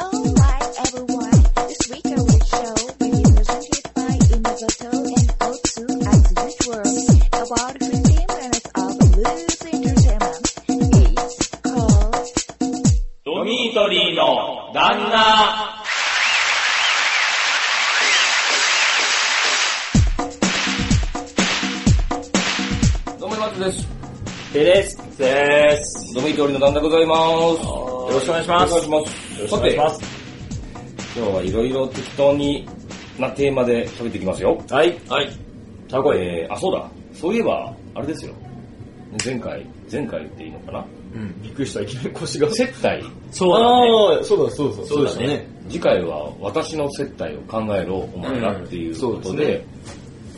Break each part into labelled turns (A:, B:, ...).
A: Oh my everyone, this week I will show many presented by Inagoto and Otsu as usual about 15 minutes of loose entertainment. It's called
B: ドミートリーの旦那。
C: どうも、松です。
B: でです。です。
C: ドミトリの段でございます。
B: よろしくお願いします
C: お願いします。さて、今
B: す。
C: 日はいろいろ適当になテーマで喋っていきますよ。
B: はい。はい。
C: たこえー、あ、そうだ。そういえば、あれですよ。前回、前回っていいのかな
D: うん、びっくりした、いきなり腰が。
C: 接待。
B: そうだね。
D: ああ、そうだそうだそうだね。
C: 次回は私の接待を考えろ、お前らっていうことで、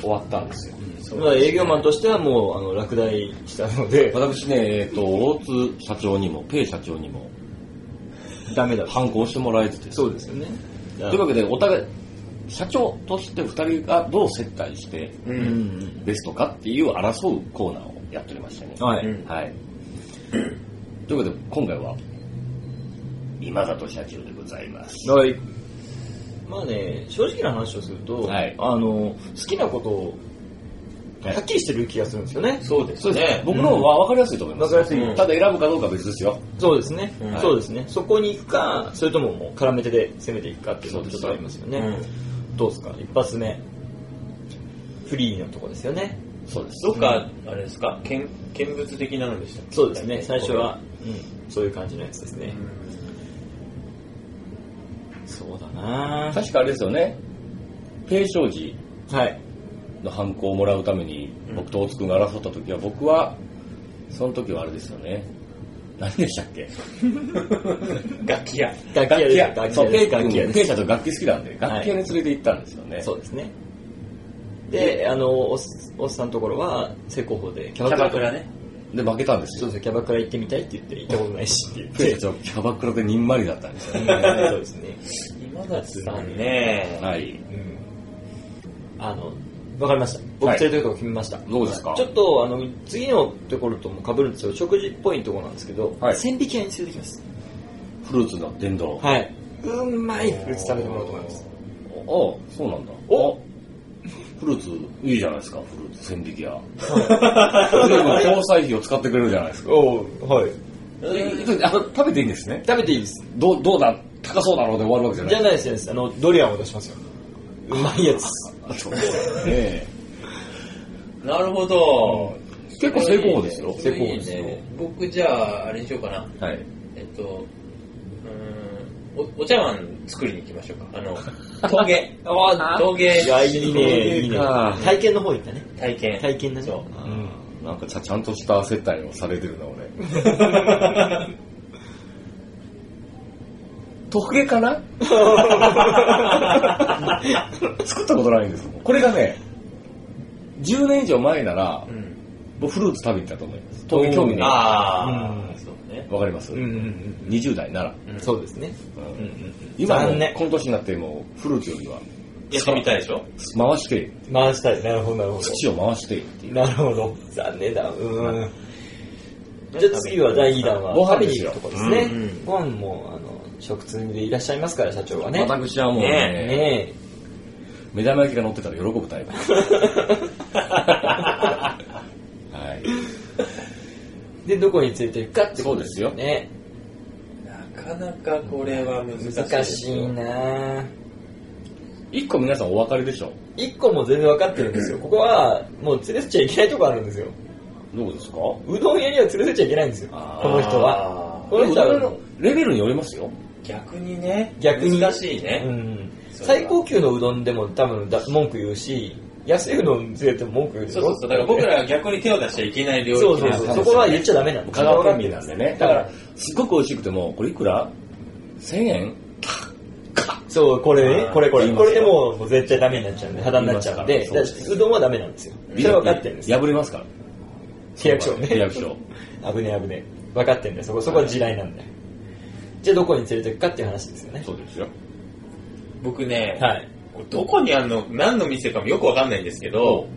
C: 終わったんですよ。
D: まあ営業マンとしてはもうあの落第したので、
C: 私ね、えっ、と、大津社長にも、ペイ社長にも、
D: ダメだ。
C: 反抗してもらえてて。
D: そうですよね。と
C: というわけで、お互い、社長として二人がどう接待して、
D: うんうん
C: ベストかっていう争うコーナーをやっておりましたね。
D: うん。はい。
C: はい。ということで、今回は、今里社長でございます。
D: はい。まあね、正直な話をすると、
C: はい
D: あの、好きなことを、
C: はい
D: はっきりしてる気がするんですよね。
B: そうです
C: そうですね
B: ね。。
C: 僕の方は分かりやすいと思います。
D: わかりやすい
C: ただ選ぶかどうかは別ですよ。
D: そうですね、
C: うん
D: そうですね。そこに行くか、それとももう絡め手で攻めていくかっていうのがちょっとありますよね。どうですか一発目。フリーのとこですよね。
C: そうです。
B: どっか、あれですか見見物的なのでしたっけ
D: そうですね、最初は、うん、そういう感じのやつですね。そうだなぁ
C: 確かあれですよね。平昌寺
D: はい。
C: の犯行をもらうために、僕と大津君が争った時は、僕は、その時はあれですよね。何でしたっけ
B: 楽器屋。
D: 楽器屋
C: 楽器
D: です。
C: 屋。そう、ペイ
D: 楽
C: 君
D: 器屋
C: も
D: で
C: ペイ
D: す。
C: 社と楽器好きなんで、楽器屋に連れて行ったんですよね。
D: そうですね。で、あの、おっおっさんのところは、成功法でキ
B: キャバクラ。ね。
C: で、負けたんです
D: そう
C: よ
D: で。すね、キャバクラ行ってみたいって言って、行ったことないしって言っ
C: ペイ
D: て。
C: 社長、キャバクラでにんまりだったんですよね。
D: そうですね。
B: 今田さんね。
C: はい。
D: うん。あの、わかりました。僕、
C: はい
D: 連れてるとこ決めました。
C: どうですか
D: ちょっと、あの、次のところとも被るんですけど、食事っぽいところなんですけど、
C: はい
D: 千匹屋に連れてきます。
C: フルーツの殿堂。
D: はい。うまいフルーツ食べてもらおうと思います。
C: ああ、そうなんだ。
D: お
C: フルーツ、いいじゃないですか、フルーツ、千匹屋。随分交際費を使ってくれるじゃないですか。
D: おはい。
C: えあ食べていいんですね。
D: 食べていいです。
C: どう、どうだ、高そうだろうで終わるわけじゃな
D: じゃ
C: い。
D: ないです、じゃないです。あの、ドリアンを出しますよ。うまいやつ。
C: あそうえ
B: なるほど。
C: え結構成功法ですよ。
D: 成功法ですよ
B: いいね僕じゃあ、あれにしようかな。
C: はい。
B: えっと、うーんおお茶碗作りに行きましょうか。あ の、陶芸。陶芸
D: いや、いいね、いい
C: いい
D: ね。
C: か
D: 体験の方行ったね。
B: 体験。
D: 体験だね。
B: そう
D: うん。
C: なんかちゃちゃんとした接待をされてるな、俺。 特芸かな 作ったことないんですもんこれがね、10年以上前なら
B: う、ん。
C: 僕フルーツ食べに行ったと思います。陶芸興味ね。わ
B: ああ、
D: うん
B: そうね。
C: かります、
D: うんうん
C: 20代なら。
D: うん。そうですね。
C: うん
D: うんうん。
C: 今もう
D: 残念
C: この年になってもうフルーツよりは
B: やってみたいでしょ
C: 回して、
D: 回したい。なるほど、なるほ
C: 土を回してっていう。
D: ど。なるほど。残念だ。うん。じゃあ次は第2弾は、
C: ご飯
D: 食べ
C: で
D: に
C: す
D: 行
C: よ
D: くとこですね
B: うんうん。
D: ご飯も、あの、食通でいらっしゃいますから、社長はね。
C: 私はもうね
B: ね
D: ねえ。
C: 目玉焼きが乗ってたら喜ぶタイプ。はい。
D: で、どこに連れて行くかってことですよ
C: そう
D: ね。
B: なかなかこれは難しいですよ。
D: 難しいなぁ。
C: 一個皆さんお分かりでしょ
D: 一個も全然分かってるんですよ。ここは、もう連れてちゃいけないとこあるんですよ。
C: どうですか
D: うどん屋には連れてちゃいけないんですよ。こ
C: あー
D: の人は。
B: は
D: この人は、
C: レベルによりますよ。
B: 逆にね。
D: 逆に
B: 難しいね。
D: うん。
B: それは
D: 最高級のうどんでも多分だ文句言うし、安いうどん連れても文句言うでし
B: そ
D: ょ
B: うそうそう。だから僕らは逆に手を出しちゃいけない領
D: そう
B: 域
D: そう
B: な
D: そ
B: ん
D: う
B: で
D: そこは言っちゃダメなん
C: 香川県民なんでね。だ
D: だ
C: か
D: からら、、
C: すっごく美味しくても、これいくら ?1000 円
D: そう、これ
B: あ
D: ね
B: ー、
D: これこ
C: 言
D: れ。
C: い
D: こ
C: ます
D: れ
C: よ
D: でもうもう絶対ダメになっちゃうんで、肌になっちゃうん
C: 言い
D: で、だか
C: ますから
D: ら
C: そうです
D: うどんはダメなんですよ。それは分かってるんですよ。
C: 破れますから。
D: 契約書をね。
C: 契約書。
D: 危ねえ危ねえ。分かってんだよ。そこ、そこは地雷なんだよ。じゃあどこに連れてくかっていう話ですよね。
C: そうですよ。
B: 僕ね、
D: はい。
B: どこにあるの、何の店かもよくわかんないんですけど、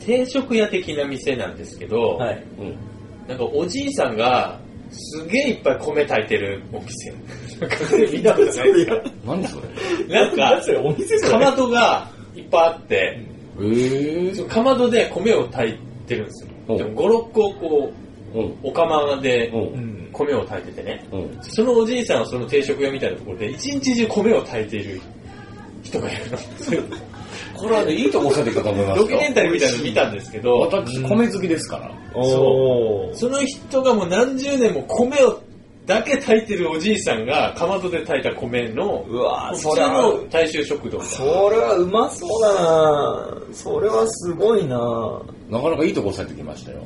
B: 定食屋的な店なんですけど、
D: はい。
C: うん。
B: なんかおじいさんが、すげえいっぱい米炊いてるお店。なんか 見たことないですか
C: 何それ
B: なん
D: なん
B: か
D: そ、れお店そ
B: か
D: れ
B: まどがいっぱいあって、
C: えー、
B: かまどで米を炊いてるんです
C: お
B: よ。でも5、6個こ
C: うん。
B: う、お釜で
C: う。
D: うんん
B: 米を炊いててね。
C: うん。
B: そのおじいさんはその定食屋みたいなところで、一日中米を炊いている人がい るの。
C: これはね、いいとこ教えてきたと思いますよ。
B: ドキュメンタリーみたいなの見たんですけど、
C: 私、米好きですから。
D: おー
B: その人がもう何十年も米をだけ炊いてるおじいさんが、かまどで炊いた米の、
D: うわー
B: 普
D: そ
B: 通
D: れは
B: の大衆食堂。
D: それはうまそうだなそれはすごいな
C: なかなかいいとこ押さえてきましたよ。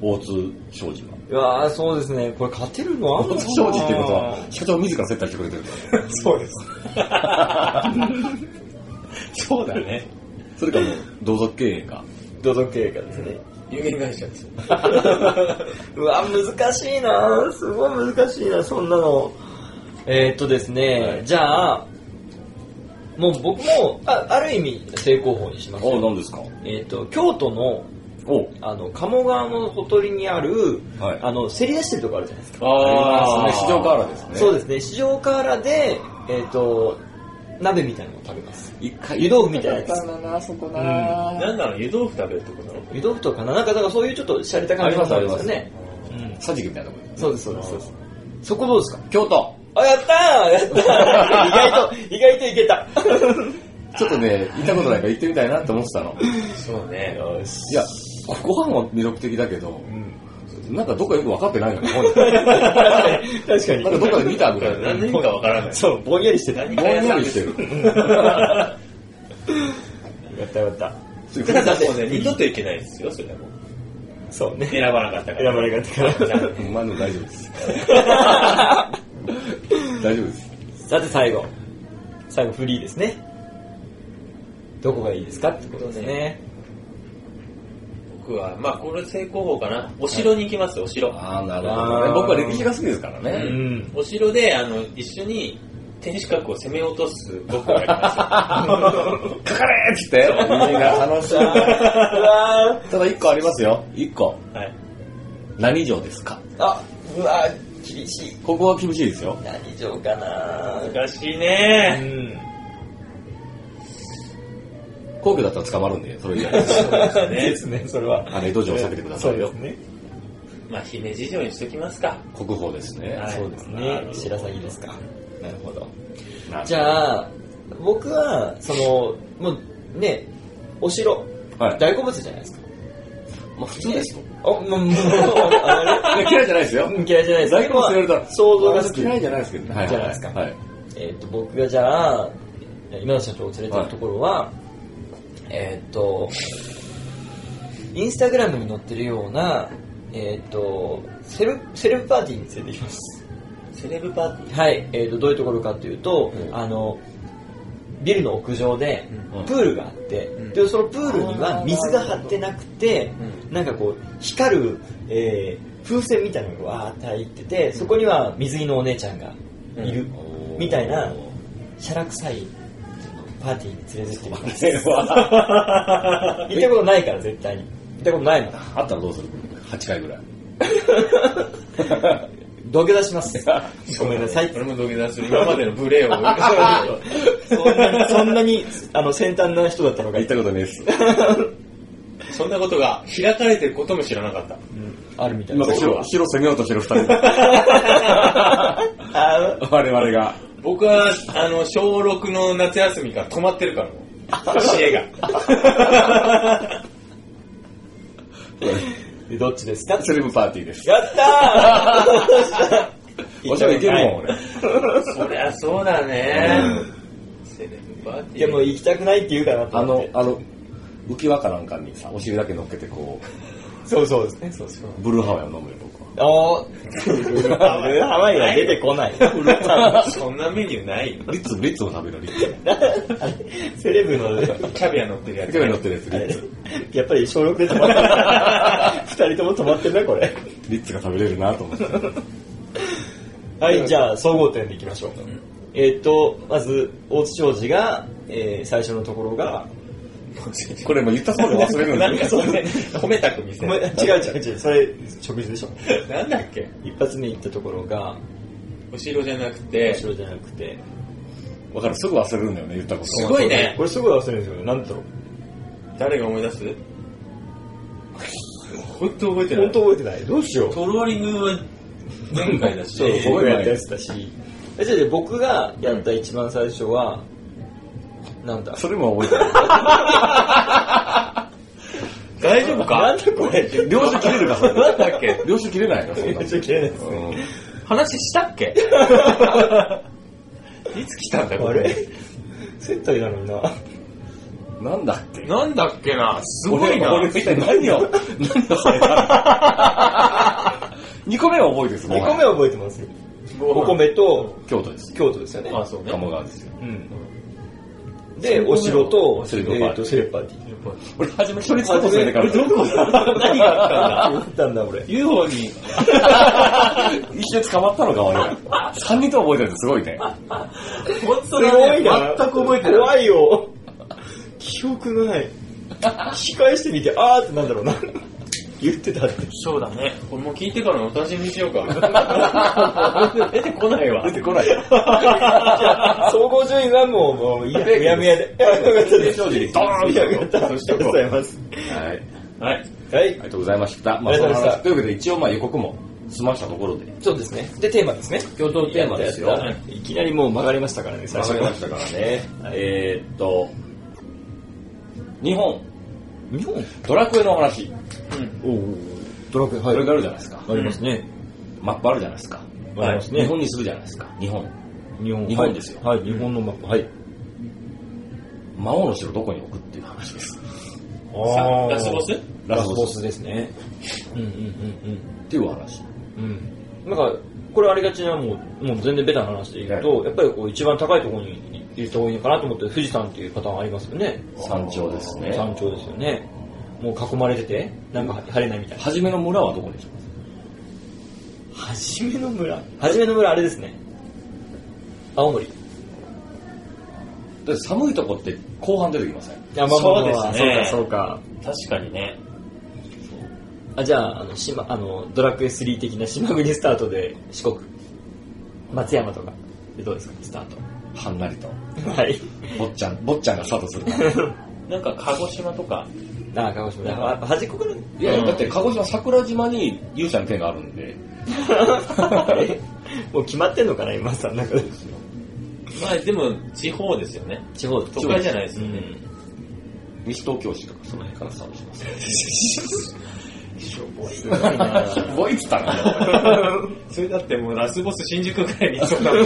C: 大津商事は。
D: うわーそうですねこれ勝てるのあんの
C: 大津商事っていうことは、社長自ら接待してくれてるから。
B: そうです。そうだね。
C: それかもう、同族経営か。
D: 土足経過ですね
B: 有限会社ですよ。
D: うわ、難しいなすごい難しいなそんなの。えーっとですね、
C: はい
D: じゃあ、もう僕も、あある意味、正攻法にします
C: お
D: よ。
C: 何ですか
D: えーっと、京都の、
C: お
D: あの、鴨川のほとりにある、
C: はい
D: あの、競り出してるとこあるじゃないですか。
C: あ
B: あ
C: あ、
B: あ、
C: 市場からですね。
D: そうですね、市場河原で、えーっと、鍋みたいなのを食べます。
C: 一回、
D: 湯豆腐みたいなやつ。
C: な、そこ
D: な
B: なんだろう、湯豆腐食べるってことな の
D: 湯豆腐とかな、なんか、だからそういうちょっと洒落た感じのものですよ
C: あり
D: ね。うん
C: さじきみたいなとこ
D: そうです、そうです、そうです。そこどうですか
C: 京都
D: あ、やったーやった ー意外と、意外といけた。
C: ちょっとね、行ったことないから行ってみたいなと思ってたの。
B: そうね。
C: いや、ご飯は魅力的だけど、なんかどっかよく分かってないのよ、
D: 確かに。
C: なんかどっかで見たみたいな。
B: 何人かわからない。
D: そう、ぼんやりしてた。
B: 何
C: ぼ
B: か
C: んや
B: や
C: り
B: り
C: してる。
D: やったやった。
B: ただもうね、二度といけないですよ、それはもう。
D: そうね。
B: 選ばなかったか
D: 選ば
B: ら。
D: れなかったから。
C: まあでも大丈夫です。大丈夫です。
D: さて最後。最後フリーですね。どこがいいですかってことですね。
B: 僕は、まあこれ成功法かな。お城に行きます、お城。
C: ああ、なるほどね。僕は歴史が好きですから
B: う
C: ね。
B: んお城で、あの、一緒に天守閣を攻め落とす僕がい ますよ。
C: かかれーって言って、みんな楽しい。
D: うわー
C: ただ一個ありますよ。一個。
B: はい。
C: 何城ですか
D: あ、うわー厳しい。
C: ここは厳しいですよ。
D: 何城かなー
B: 難しいね
D: ん。
C: 皇居だったら捕まるんで、それ以外。
D: ですね、それは。
C: あの、江戸城を避けてくださいよ
D: そう。ですね。
B: まあ姫路城にしときますか。
C: 国宝ですね。
B: はい
D: そうです
B: なる
D: ね
B: ほ。ど
D: 白鷺ですか。なるほど。
C: な
D: じゃあ、僕は、その、もうね、お城、
C: はい
D: 大好物じゃないですか。
C: まあ普通ですよ。
D: あ、もう、もう、あ
C: いや嫌いじゃないですよ
D: れ。 嫌いじゃないです
C: 大根忘れた。
D: 想像が好き。
C: 嫌いじゃないですけどね。
D: じゃないですか
C: はい。
D: えっと、僕がじゃあ、今の社長を連れてるところは、えっと、インスタグラムに載ってるような、えっと、セルセレブパーティーに連れて行きます。
B: セレブパーティ
D: はい、えー、とどういうところかというと、
C: うん
D: あのビルの屋上で
C: うん
D: プールがあって、
B: うん
D: でそのプールには水が張ってなくて、なんかこう光る、えー風船みたいなのがわーって入っててそこには水着のお姉ちゃんがいる、
C: おー
D: みたいなシャラ臭いパーティーに連れてってもら
C: これは
D: 行ったことないから絶対に行ったことないの
C: あったらどうする ?8 回ぐらい。
D: 土下座します
B: ィ ー。
D: ごめんなさい
B: 俺も土下座する。今までの無 礼を。
D: そんなにそんなにあの先端な人だったのが
C: 行ったことない です。
B: そんなことが開かれてることも知らなかった。
D: あるみたい
C: 今、
D: な
C: 白、白攻めようとしてる2
D: あー
C: 人。我々 が。
B: 僕は、あの、小6の夏休みから止まってるからもう、知恵が。
D: でどっちですか
C: セレブパーティーです。
D: やったー
C: おしゃれいけるもん、俺。
B: そりゃそうだね。セレブパーティー。
D: いやもう行きたくないって言うかなと
C: あ
D: 思っ
C: の
D: て、
C: あの、浮き輪かなんかにさ、お尻だけ乗っけて、こ
D: そうそうですねそうそう
C: う、ブルーハワイを飲むよ、僕は。
D: お ーハ
B: ワイ
D: ワイは出てこ ない
B: そんなメニューないよ
C: リッツ、リッツも食べる、リッツ。
D: セレブの
B: キャビア乗ってるや
C: キャビア乗っ
B: つ。
C: てるやつ、リ
D: あ
C: ッ
D: れ
C: ツ。
D: やっぱり小6で止まって る二人とも止まってるなこれ
C: リッツが食べれるなと思って。
D: はいじゃあ総合点でいきましょうえーっとまず大津商事が、えー最初のところが
C: これもう言ったそうで忘れるん
B: なん
C: で
B: か
C: す
B: そ
C: よ。
B: うね、褒めたく見せ
D: ごめん
B: る。
D: 違う違う違うそれ食事でしょ
B: なんだっけ
D: 一発目行ったところが
B: 後ろじゃなくて、
D: 後ろじゃなくて。
C: わかる、すぐ忘れるんだよね、言ったこと。
B: すごいね
D: これすごい忘れるんですよね。なんだろう。
B: 誰が思い出す本当覚えてない。
D: 本当覚えてない。どうしよう。
B: トローリングは前回だし、
D: そう、
C: えー
D: 僕がやったやつだし。え、じゃあ僕がやった一番最初は、なんだ
C: それも覚え
B: 大丈夫か
D: なんだこれ。
C: てない。領収切れるか、それ。
B: なんだっけ
C: 領収切れないの、そんな。
D: ちゃ切れないで
C: うん
B: 話したっけいつ来たんだこ
D: あ
B: れ。
D: れ 接待なのにな。
C: なんだっけ
B: なんだっけなすごいな。
C: 俺俺何を、何をそれ2個目は覚えてるんです
D: 2個目は覚えてますよ。お米と
C: 京都です。
D: 京都ですよね。
B: あ、そうね。
C: 鴨川ですよ。
D: うん。で、お城と、
C: セ
D: え
C: レブパーティー
D: っと、セレブパーティー。
B: やっぱ
C: 俺、初め一人使ったことないから。どこ
D: 何があったんだったんだ、俺。
B: UFO に、
C: 一瞬捕まったのか、俺。3人とも覚えてるってすごいね。
B: 本当
D: すごいな。
B: 全く覚えてない。
D: 怖いよ。記憶ない。聞き返してみて、あーってなんだろうな。言ってた って。
B: そうだね。これもう聞いてからのお楽しみにしようか。出てこないわ
C: 出。てこない。
D: 総合順位はもう、もう、 いや、
C: 不明確
D: うやむやで。よかったです。
C: 正直
D: ドーンよかった。あ
B: そう
D: り
B: し
D: がとう
B: とこ
D: ご
B: う
D: ざいます。
C: はい。
D: は
B: はい。
D: い
C: あり。がとうございました。まあ、
D: ありがとうござい
C: その
D: ました
C: 話というわけで、一応、まあ、予告も済ましたところで。
D: そうですね。で、テーマですね。
C: 共同テーマですよ。
D: やったやったいきなりもう曲がりましたからね、最
C: わ
D: 初
C: かりましたからね。えーっと、日本、
D: 日本
C: ドラクエのお話。
B: うん。
D: ドラクエ、は
C: それがあるじゃないですか。
D: ありますね。
C: マップあるじゃないですか。
B: はい
D: あります
C: 日
D: ね。
C: 本にするじゃないですか。日本。
D: 日本
C: 日本ですよ
D: はい、はい日本のマップ。はい。
C: 魔王の城どこに置くっていう話です。
B: さラスボス
C: ラ
D: ラ
C: ス
D: ス
C: ボ
D: ボ
C: ス
D: スですね。うんうんうん
C: っていうお話。
D: うん。うん。なんか、これありがちな、もう、もう全然ベタな話で言うと、やっぱりこう一番高いところに入れた方がいいのかなと思って、富士山っていうパターンありますよね。
C: 山頂ですね。
D: 山頂ですよね。もう囲まれてて、なんか入れないみたいな。
C: 初めの村はどこにします
D: はじめの村はじめの村あれですね。青森。
C: だって寒いとこって後半出てきません。
D: 山本は
B: そうですね
D: そうか、そうか。
B: 確かにね。
D: あ、じゃあ、あの、島、あの、ドラクエ3的な島国スタートで四国。松山とか。で、どうですか、スタート。
C: はんなりと。
D: はい。
C: 坊っちゃん、坊っちゃんがスタートするから。
B: なんか鹿児島とか、
D: ああ、鹿児島。やっぱ端っこからね。
C: いや、
B: うん
C: だって鹿児島桜島に勇者の剣があるんで、
D: もう決まってんのかな、今さ、なんか。
B: まあでも地方ですよね。
D: 地方
B: 都会じゃないです
D: う
B: よね。
D: ん。
C: 西東京市とかその辺からスタートします。
B: しょぼい
D: すごいな
C: ボイっつったら、
B: それだってもうラスボス新宿ぐらいにいそうな
D: もう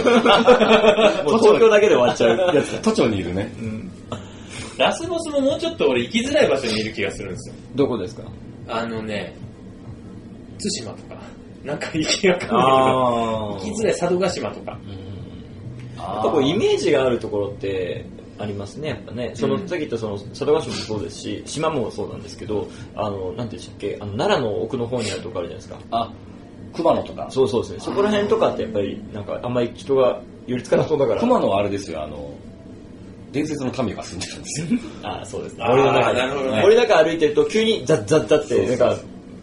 D: 東京だけで終わっちゃうやつ。
C: 都庁にいるね。
D: うん。
B: ラスボスももうちょっと俺行きづらい場所にいる気がするんですよ。
D: どこですか
B: あのね、対馬とか、なんか行きわかんない
D: あ
B: けど、行きづらい佐渡島とか。
D: やっぱこうイメージがあるところってありますね、やっぱね。その、さっき言ったその、佐渡島もそうですし、島もそうなんですけど、あの、なんていうんでしたっけ、あの、奈良の奥の方にあるとこあるじゃないですか。
C: あ、熊野とか。
D: そうそうですね。そこら辺とかってやっぱり、なんかあんまり人が寄りつかなそうだから。
C: 熊野はあれですよ、あの、伝説の神が住んでるんですよ。
D: ああ、そうですね。
B: あー
D: 森の中
B: なるほど
D: で。
B: ね
D: 森の中歩いてると急にザッザッザッっ
C: そう
D: て、
C: そう
D: なんか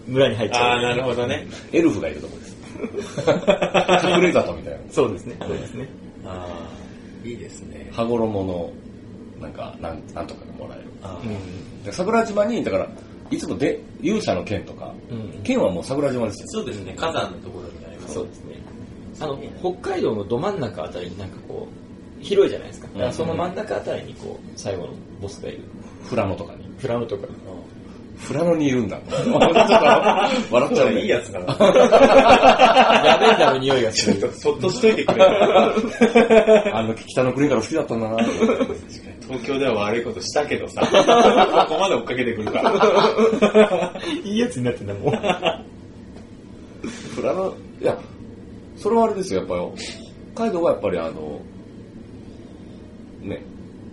D: 村に入っち
B: あ
D: ゃ
B: あ、
D: う。
B: なるほどね。
C: エルフがいるとこです。隠れ里みたいな。
D: そうですね。そうですね。
B: ああ、いいですね。
C: 羽衣の、なんか、なんなんとかがもらえる。
B: あ
D: うん。
C: で桜島に、だから、いつもで勇者の剣とか、
D: うん
C: 剣はもう桜島ですよ。
B: そうですね、火山のところになりま
D: そうですね。あの、北海道のど真ん中あたりになんかこう、広いじゃないですか。だからその真ん中あたりにこう、最後のボスがいる。
C: 富良野とかに。
D: フラムとか。
C: 富良野にいるんだ。 ちょっと笑っちゃうね。
B: いいやつだな。
D: ラベンダーの匂いがす
B: ち
D: る。
B: ょっとそっとしといてくれる。
C: あの、北の国から好きだったんだな。
B: 東京では悪いことしたけど さ、ここまで追っかけてくるから。
D: いいやつになってんだもん。
C: 富良野、いや、それはあれですよ、やっぱり。北海道はやっぱりあの、ね、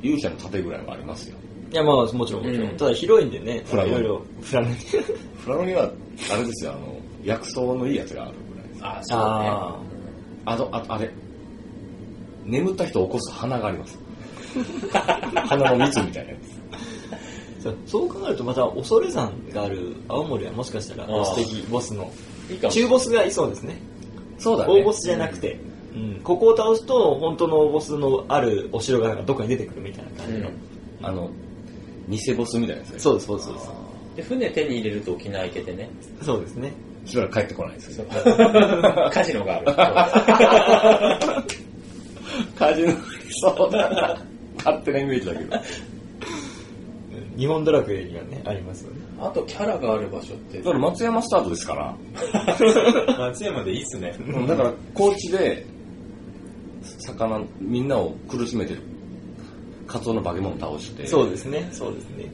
C: 勇者の盾ぐらいはありますよ。
D: いや、まあ、もちろん、もちろ
B: うん
D: ん。ただ広いんでね、
C: フラム
D: いろいろ、フラム。
C: 富良野には、あれですよ、あの、薬草のいいやつがあるぐらいです。
B: ああ、
D: ああ。
C: あの、ああれ、眠った人を起こす花があり ます。花の蜜みたいなやつ。
D: そうそう考えるとまた恐山がある青森はもしかしたら
B: ああ
D: 素敵ボスの
B: いいかもしれ
D: 中
B: ない。
D: ボスがいそうですね
C: そうだね。
D: 大ボスじゃなくてうん、ここを倒すと本当のボスのあるお城がなんかどっかに出てくるみたいな感じの、
C: あの、偽ボスみたいなやつね
D: そうですそうですそうで
B: で、船手に入れると沖縄行け てね。
D: すそうですね
C: しばらく帰ってこないですよね。
B: カジノがある。
C: カジノ、そうだな。勝手なイメージだけど。
D: 日本ドラクエにはねありますよね
B: あとキャラがある場所って。
C: だから松山スタートですから、
B: 松山でいいっすね。
C: だから高知で、魚、みんなを苦しめてる。カツオの化け物を倒して、
D: そうですねそうですね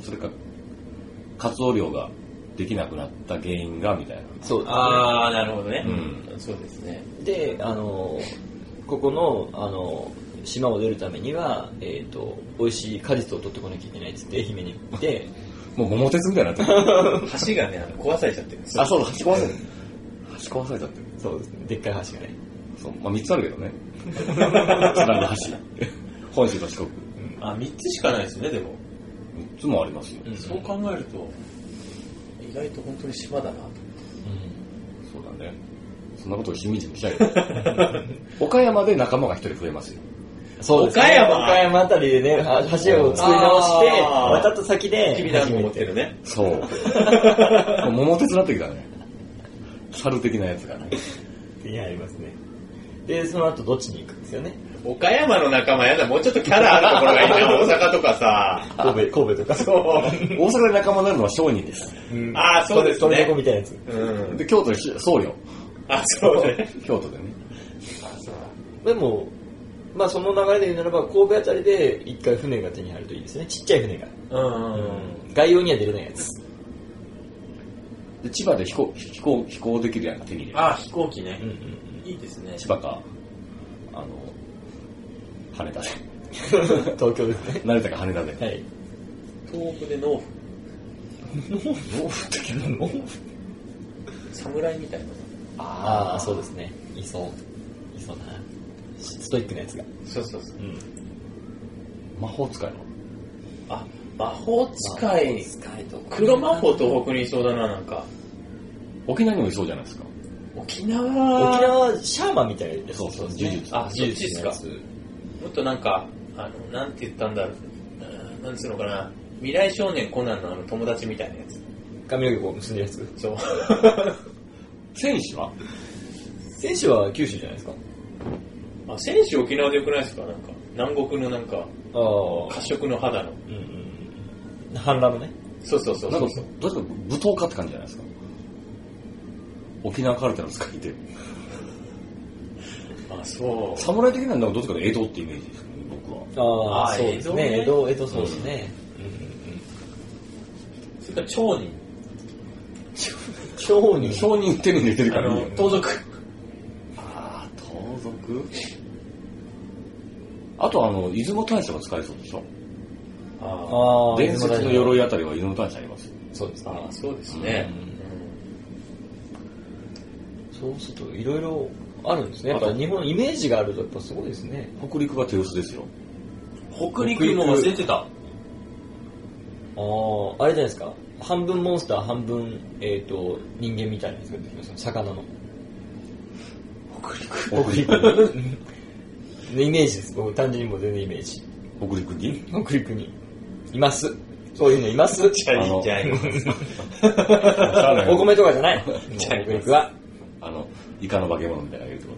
C: それか、カツオ漁ができなくなった原因が、みたいな。
D: そう
B: あー、なるほどね。
C: う
B: そうですね。
D: であのここのあの島を出るためには、えー、と美味しい果実を取ってこなきゃいけないっつって愛媛に行 って
C: もう桃鉄みたいになってる。
B: 橋がね、あの壊されちゃってるんです
C: あ、そうだ、橋壊されてる。橋壊されちゃってる。
D: そうですねでっかい橋がね、
C: そう、まあ3つあるけ どね。貫の橋。本州と四国。
B: あ、3つしかないですね、でも。
C: 3つもありますよ。
B: そう考えると、意外と本当に島だなと。
C: そうだね。そんなことをしみじみしないで岡山で仲間が一人増えますよ。
D: そうですね
B: 岡山
D: 岡山あたりでねは橋を作り直して
B: あー
D: 渡った先で
B: 君団子持ってるね。
C: そう。もう桃鉄になってきたね。猿的なやつがね。
D: いやありますねでその後どっちに行くんですよね
B: 岡山の仲間やだ、もうちょっとキャラあるところがいいな、大阪とかさ。
D: 神戸神戸とか
B: そう。
C: 大阪で仲間になるのは商人です。
D: うん
B: あーそうです
D: トルネコ
B: ね。
D: みたいなやつ
B: うん。
C: で、京都でし僧侶。
B: あ、そうね。
C: 京都でね。
D: でもまあその流れで言うならば神戸あたりで一回船が手に入るといいですねちっちゃい船が
B: うん
D: 概要には出れないやつ
C: で、千葉で飛行、飛行、飛行できるやん、手に入れ。
B: あ、飛行機ね
D: うんう。ん
B: いいですね
C: 千葉か、あの、羽田で。
D: 東 京ですね。
C: 成田か羽田で。
D: はい。
B: 東北で農夫。
C: 農夫って言うの
B: 侍みたいな。
D: ああ、そうですね。いそう。いそうな。ストイックなやつが。
B: そうそうそう。
D: うん。
C: 魔法使いの。
B: あ、魔法使い。
D: 使いとか
B: 黒魔法東北にいそうだな、なんか。
C: 沖縄にもいそうじゃないですか。
B: 沖
D: 沖
B: 縄。
D: 縄、シャーマンみたいなやつ。
C: そうそう
D: ですね
C: 呪術
B: あ、そっちですか
D: 呪。術のや
B: もっとなんか、あの、なんて言ったんだろう。うんなんつうのかな。未来少年コナンのあの友達みたいなや
D: つ髪の毛を結んでるやつ。
B: つ。 そう。
C: 戦士は
D: 選手は九州じゃないですか。
B: あ、選手沖縄でよくないですかなんか。南国のなんか、
D: ああ。
B: 褐色の肌の。
D: うんうん。半裸のね。
B: そうそうそう
C: なん
B: そ
C: か
B: うそう。、
C: どうですか、舞踏家って感じじゃないですか。沖縄カルテの使い手。
B: あ、そう。
C: 侍的なのはどっちかというと江戸ってイメージですけどね、僕は。
D: あ
B: あ
D: あ、そうですね。江
B: 江
D: 戸、
B: 戸
D: 江戸そうですね。うんうんうん。
B: それから町人。
D: 超に。
C: 商人って意味で出てく
B: あ
C: るからいい
B: の
C: よ、ね。
B: 盗賊。
C: ああ、盗賊あとあの、出雲大社が使えそうでしょ
B: あ
D: ああ、
C: 伝説の鎧あたりは出雲大社ありますよ。
D: そうですね
B: あ、。そうですね。
D: そうすると、いろいろあるんですね。やっぱ日本、イメージがあると、やっぱすごいですね。
C: 北陸が手薄ですよ。
B: 北陸も忘れてた。
D: ああ、あれじゃないですか。半分モンスター、半分、えっ、と、人間みたいなやつが出てきますよ魚の。
C: 北陸
D: ねイメージです。僕、単純にもう全然イメージ。
C: 北陸に
D: 北陸に。います。そういうのいます。
B: じゃあいいんじゃない
D: お米とかじゃない。
B: じゃあ
D: 北陸は。
C: あの、イカの化け物みたいなのがいるって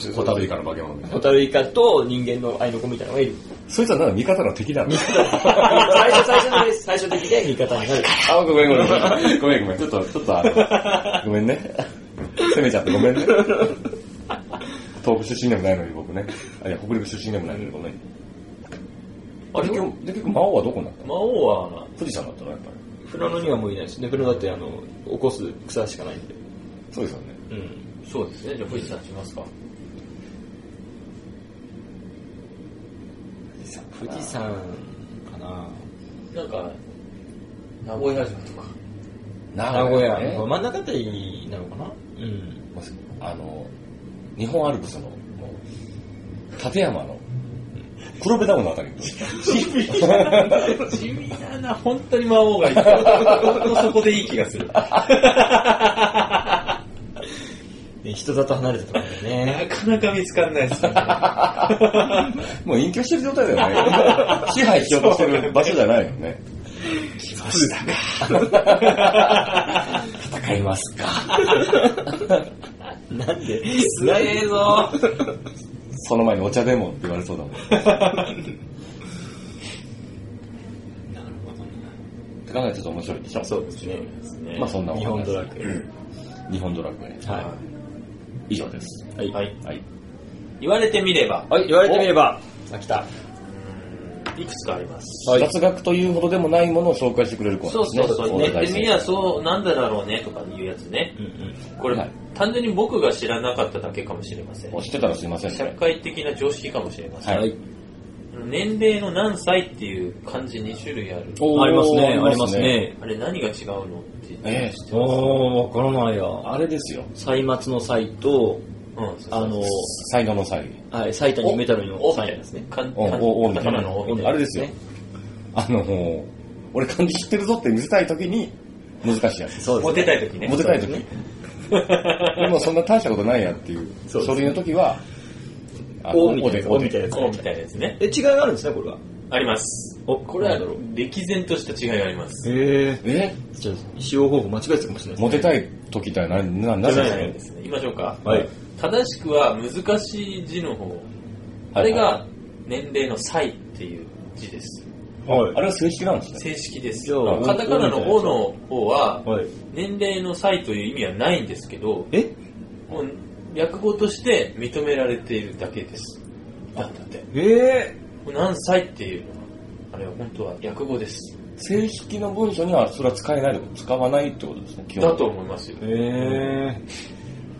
C: ことホタルイカの化け物みたい
D: ホ
C: な。
D: タルイカと人間の愛の子みたいなのがいる。
C: そいつはなんか味方の敵だな。
D: 最初、最初の、最初的で味方になる。
C: あ、ごめんごめん。ごめんごめん。ちょっと、ちょっとあの、ごめんね。攻めちゃってごめんね。東北出身でもないのに僕ね。あいや、北陸出身でもないのにごめん。あ、で、結局、で結局魔王はどこになったの
B: 魔王は、
C: 富士山だったのやっぱり。
D: フラノにはもういないですね。フラノだって、あの、起こす草しかないんで。
C: そうですよね。
D: うん。
B: そうですね。じゃあ富士山しますか。
D: 富士山かな
B: なんか、名古屋城とか。
D: 名古屋、
C: ね
D: 真ん中あたりなのかなうん。
C: まずあの、日本アルプスの、もう、立山の、黒部ダムのあたり。
B: 地味だ地味だな、本 当に魔王がいた。本当そこでいい気がする。
D: 人里離れてたんだよね。
B: なかなか見つからないです ね。
C: もう隠居してる状態だよ ね。支配しようとしてる場所じゃないよね。
B: 来ましたか。
C: 戦いますか。
D: なんでつらえぞ
C: その前にお茶でもって言われそうだもん。って
B: なるほど
C: 考えるとちょっと面白いでしょ。
B: そうですね。
C: まあそんなお話
D: 日本ドラッ
C: 日本ドラッグね。
D: グ。は
C: 以上です。
D: い。はい。
B: はい。
C: はい。
B: 言われてみれば、
D: はい、言われてみれば。あ、来た。
B: いくつかあります。
D: はい
C: 雑学というほどでもないものを紹介してくれるコーナ
B: そ
C: ー
B: う
C: です
B: そ
C: ね。
B: うそ
C: こ
B: う。
C: れ
B: 言っ
C: 大
B: て
C: 事
B: みりゃそう、なんでだろうねとかいうやつね。
D: うんうん。
B: これ、
C: はい
B: 単純に僕が知らなかっただけかもしれません
C: もう。知ってたらすいません
B: 社
C: ね。
B: 会的な常識かもしれません。
C: はい。
B: 年齢の何歳っていう漢字2種類ある。
C: おー
D: ありますね、
C: あ
D: あ
C: り
D: り
C: ま
D: ますす
C: ね
D: ね。
B: あれ何が違うのって言って
C: え
D: おー、わからないよ。
C: あれですよ。
D: 歳末の歳と、
B: うん、そうそう
D: あの、
C: 才能の才。
D: はい、埼玉メタルの
B: お
D: 才ですね。
B: かん
C: お
B: かん
C: おおみ
B: カ
C: たい
B: タカナ
C: な
B: のおみたいな。
C: あれですよ。あの、俺漢字知ってるぞって見せたいときに、難しいやつ。
D: そう
B: モテたい時ね。
C: モテたいとき。 でもそんな大したことないやっていう、
D: そうです
C: 書類のときは、あ
D: おみたいな。お
C: お
D: みたい
C: で
D: なやつ
B: そうみたいなやつね。
D: え、違いがあるんですね、これは。
B: あります。
D: お、こ
B: これは、歴然とした違いがあります。
D: へえ。
C: え
D: じゃあ、使用方法間違えてたかもしれない
C: モ
D: で
C: テたいときってな、な、な
B: じ
C: ぜ
B: ゃ
C: で
B: ないですすね。言いましょうか。
D: はい
B: 正しくは難しい字の方。
C: か
B: あれ
C: はいはい
B: が年齢の歳っていう字です。
D: すね。はい
C: あれは正式なんですね。
B: 正式です
D: じゃあ。
B: カタカナの
D: お
B: おの方は、
D: はい。
B: 年齢の歳という意味はないんですけど、
D: え
B: もう略語として認められているだけです。なんだって。
D: え
B: 何歳っていうのは、あれは本当は略語です。
C: 正式の文書にはそれは使えないと使わないってことですね、基本
B: だと思いますよ
D: え。え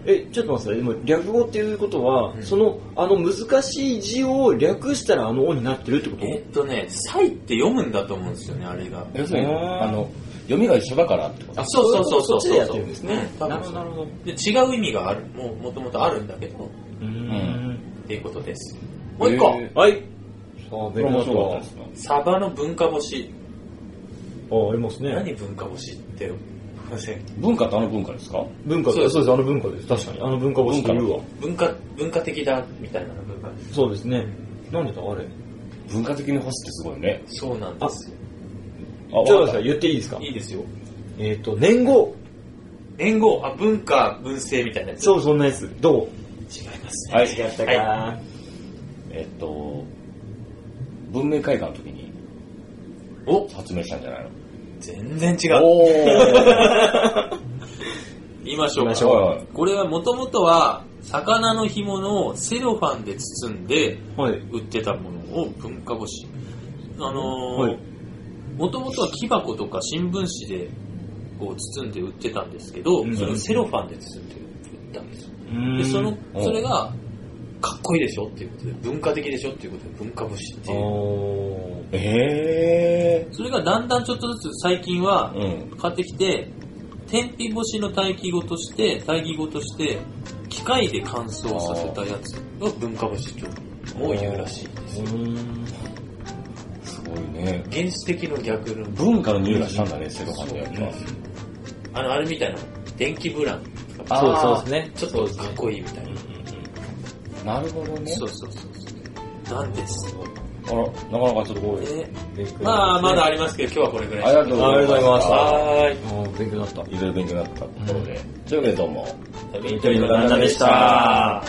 D: え、ちょっと待ってください。でも、略語っていうことは、
B: うん
D: その、あの難しい字を略したらあの音になってるってこと
B: えっとね、歳って読むんだと思うんですよね、あれが。
C: 要するに、
D: うーん
C: あの、読みが一緒だからってこと
B: あそうそうそうそう
D: そっちでやってるんですね
B: う。ん
D: な
B: 多
D: るほ
B: 分そ
D: ど、
B: う
D: なるほど。
B: で、違う意味がある、もう、もともとあるんだけど、
D: うーん。
B: っていうことです。もう一個、
C: えー
D: はい。さあ、
C: こ
D: ベ
C: れ
D: ル
C: 面
D: ナ
C: 白かった
D: ト
C: ですね。
B: サバの文化干し。
D: あ、ありますね。
B: 何文化干しって、すいません
C: 文化ってあの文化ですか
D: 文化
B: そうです
D: そうです、あの文化です。確かに。あの文化を知ってるわ。
B: 文化、文化的だ、みたいな文化です。
D: そうですね。なんでだ、あれ。
C: 文化的に星ってすごいね。
B: そうなんですよ。
C: あ、
D: ちょっと
C: わ
D: 待ってくだ
C: か
D: さ
C: っ
D: い、言っていいですか
B: いいですよ。
D: えっと、年号。
B: 年号、あ、文化、文政みたいなやつ。
D: そう、そんなやつ。どう
B: 違います
C: た。はい。
D: やった
B: か
D: か
C: えっと、文明開化の時に
B: お
C: 発明したんじゃないの
B: 全然違う。
C: おー
B: 言いましょ
D: 言
B: う
D: いまし
B: か。
D: ょう
C: はい
B: これはもともとは、魚の干物をセロファンで包んで
D: はい。
B: 売ってたものを文化干し。あ
D: は
B: の
D: い
B: もともとは木箱とか新聞紙でこう包んで売ってたんですけど、
D: うん
B: それをセロファンで包んで売ったんですよ。で、
D: で
B: その、
C: うん
B: それが、かっこいいでしょっていうことで、文化的でしょっていうことで、文化干しっていう。
D: お
C: え
B: それがだんだんちょっとずつ最近は
C: ー。、うん。
B: 買ってきて、天日干しの待機語として、待機語として、機械で乾燥させたやつが文化干しとも言うらしいです。
C: すごいね。
B: 原始的の逆の、
C: 文化の匂いがしたんだね、セロハンでやっぱ。
B: あの、あれみたいな、電気ブランとか
C: あ
D: そうそう
C: ー
D: ですね。
B: ちょっとかっこいいみたいな。
C: なるほどね。
B: そうそうそうそう。なんです。
C: あら、なかなかちょっと多い。
B: えまあ、まだありますけど、今日はこれぐらい
C: ありがとうございました。
B: はーい。
D: もう勉強になった。
C: いろいろ勉強になったところで。というわけでどうも。
B: 旅
D: 人の旦那でした。